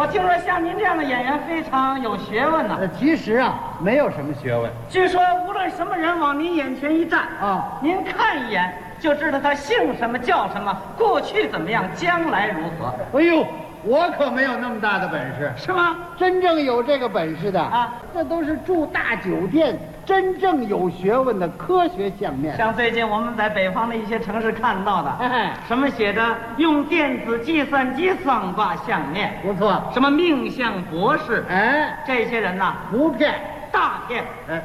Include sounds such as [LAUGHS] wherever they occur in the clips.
我听说像您这样的演员非常有学问呢、呃，其实啊，没有什么学问据说无论什么人往您眼前一站，啊。您看一眼就知道他姓什么、叫什么、过去怎么样、将来如何，哎呦，我可没有那么大的本事。是吗？真正有这个本事的啊，那都是住大酒店，真正有学问的科学相面。像最近我们在北方的一些城市看到的， [LAUGHS] 哎，什么写着用电子计算机算卦相面，不错。什么命相博士，哎，这些人呐，不骗。大骗。哎，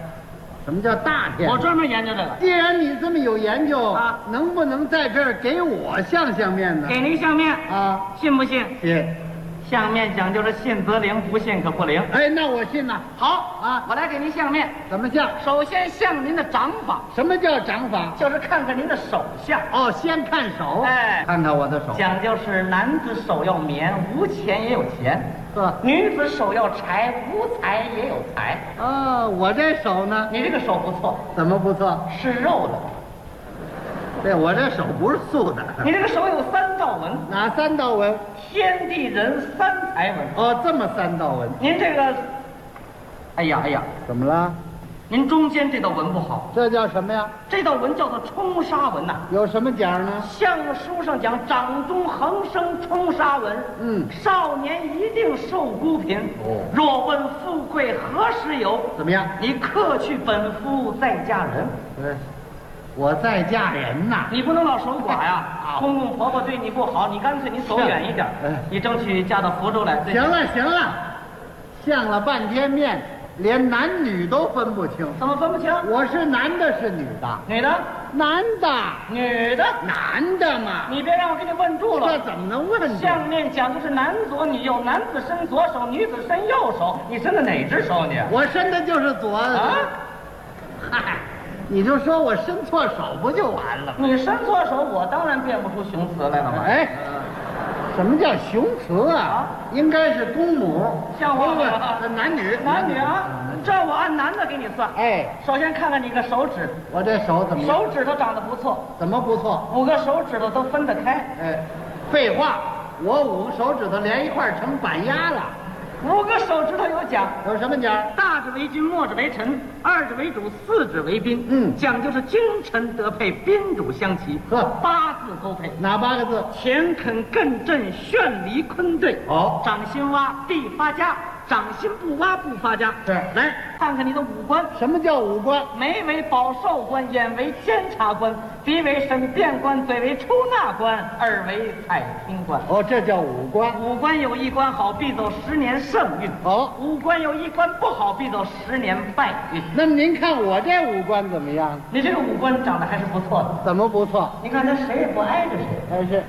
什么叫大骗？我专门研究这个，既然你这么有研究，啊能不能在这儿给我相相面呢？给您相面，啊，信不信？姐，相面讲究是信则灵，不信可不灵。哎，那我信了。好啊我来给您相面。怎么相？首先相您的掌法，什么叫掌法？就是看看您的手相。哦，先看手，哎看看我的手，讲究是男子手要棉，无钱也有钱；呵，女子手要柴，无财也有财。啊，我这手呢，你这个手不错，怎么不错？是肉的。对，我这手不是素的， [LAUGHS] 你这个手有三道纹，哪三道纹？天地人三才纹。哦，这么三道纹，您这个，哎呀哎呀，怎么了？您中间这道纹不好，这叫什么呀？这道纹叫做冲杀纹呐、有什么讲呢？相书上讲，掌中横生冲杀纹。嗯少年一定受孤贫。哦若问富贵何时有？怎么样？你克去本夫再嫁人。哎，我在嫁人呐。你不能老守寡呀啊，公公婆婆对你不好，你干脆你走远一点是哎，你争取嫁到福州来。行，了行了，相了半天面，连男女都分不清。怎么分不清？我是男的，是女的？女的，男的，女的，男的嘛，你别让我给你问住这了。怎么能问住？相面讲究是男左女右，男子伸左手，女子伸右手。你伸的哪只手你？我伸的就是左的。啊？嗨， [LAUGHS] 你就说我伸错手不就完了吗？你伸错手，我当然变不出雄雌来了嘛。哎，什么叫雄雌啊？应该是公母。像我不不不男女男女啊，这我按男的给你算。哎，首先看看你个手指，我这手怎么样手指头长得不错，怎么不错？五个手指头都分得开，哎，废话，我五个手指头连一块儿成板鸭了。五个手指头有讲。有什么讲？大指为君，末指为臣，二指为主，四指为宾。嗯讲究是君臣得配，宾主相齐，呵八字勾配。哪八个字？田肯艮震，炫离坤兑。哦掌心挖必发家，掌心不挖不发家。是来，看看你的五官，什么叫五官？眉为保寿官，眼为监察官，鼻为审辩官，嘴为出纳官，耳为采听官。哦，这叫五官。五官有一官好，必走十年盛运；哦，五官有一官不好，必走十年败运。那么您看我这五官怎么样？你这个五官长得还是不错的，怎么不错？你看他谁也不挨着谁。但是，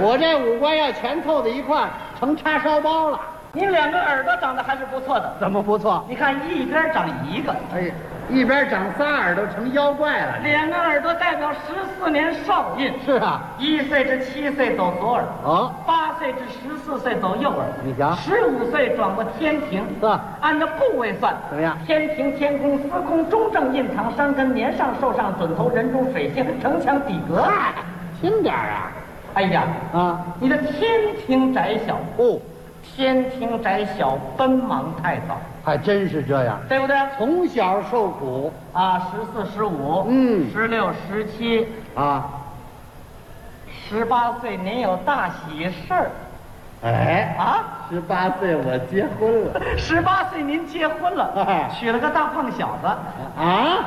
我这五官要全凑在一块儿，成叉烧包了。你两个耳朵长得还是不错的，怎么不错？你看一边长一个，哎，一边长仨耳朵成妖怪了。两个耳朵代表十四年少运，是啊，一岁至七岁走左耳，哦，八岁至十四岁走右耳，你瞧十五岁转过天庭，是吧按照部位算，怎么样天庭、天宫、司空、中正、印堂、山根、年上、寿上、准头、人中、水星、城墙、底阁。轻点儿啊！哎呀，啊，你的天庭窄小，哦，天庭窄小，奔忙太早，还真是这样，对不对？从小受苦啊，十四、十五，嗯十六、十七、啊。十八岁，您有大喜事儿哎，啊！十八岁我结婚了十八岁您结婚了，娶了个大胖小子，啊，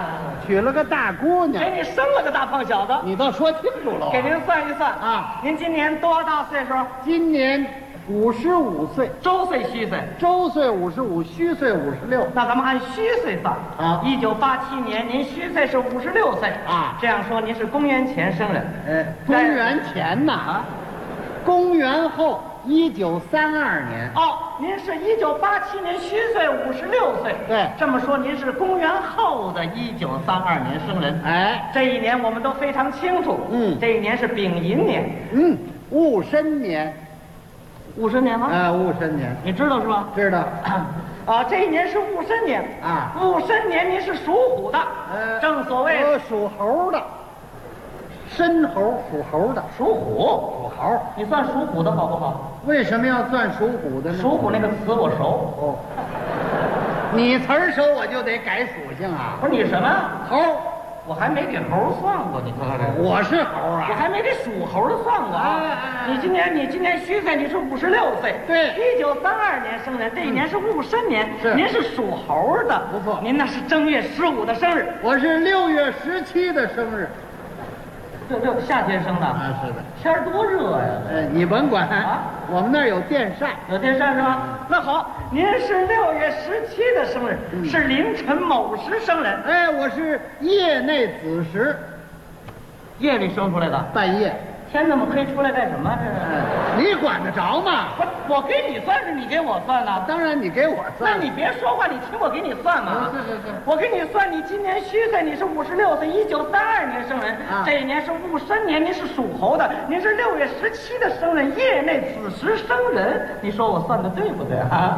娶了个大姑给娘，你生了个大胖小子。你倒说清楚喽给。您算一算啊，您今年多大岁数？今年五十五岁，周岁虚岁。周岁五十五，虚岁五十六。那咱们按虚岁算啊一九八七年您虚岁是五十六岁啊这样说您是公元前生人，哎，公元前呐，啊公元后一九三二年，哦，您是一九八七年虚岁五十六岁，对这么说您是公元后的一九三二年生人，哎，这一年我们都非常清楚，嗯这一年是丙寅年，嗯，戊申年，五十年吗？哎，戊申年，你知道是吧？知道？啊，这一年是戊申年啊戊申年您是属虎的，呃正所谓我属猴的，申猴属猴的，属虎，属猴。你算属虎的好不好？为什么要算属虎的呢？属虎那个词我熟，哦，你词儿熟我就得改属性啊。不是你什么？猴，我还没给猴算过，你看看这个，我是猴哎我啊。还没给属猴的算过哎哎啊！哎你今年你今年虚岁你是五十六岁，对一九三二年生人，这一年是戊申年，是您嗯是属猴的，不错您那是正月十五的生日，我是六月十七的生日这这夏天生的，啊，是的。嗯天儿多热呀！呃，你甭管啊，我们那儿有电扇。有电扇是吧？那好，您是六月十七的生日，是凌晨某时生人，哎，我是夜内子时，夜里生出来的，半夜。天那么黑出来干什么？这是。哎，你管得着吗？不是，我给你算是你给我算呢？当然，你给我那算。你别说话，你听我给你算嘛。嗯是是是我给你算，你今年虚岁，你是五十六岁，一九三二年生人，啊这一年是戊申年，您是属猴的，您是六月十七的生人，夜内子时生人，你说我算的对不对啊？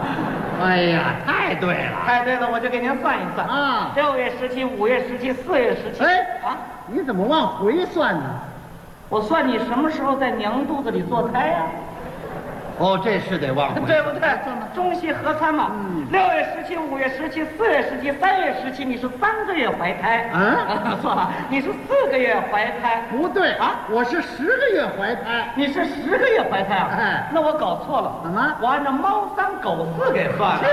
哎呀，太对了。哎，对了，我就给您算一算啊六月十七、五月十七、四月十七，哎啊，你怎么往回算呢？我算你什么时候在娘肚子里坐胎啊呀、哦，这是得往 [LAUGHS] 对不对？中西合参嘛。嗯六月十七、五月十七、四月十七、三月十七，你是三个月怀胎。嗯错了，你 [LAUGHS] 是四个月怀胎，不对啊我是十个月怀胎。你是十个月怀胎啊？哎那我搞错了。怎么我按照猫三狗四给算了这。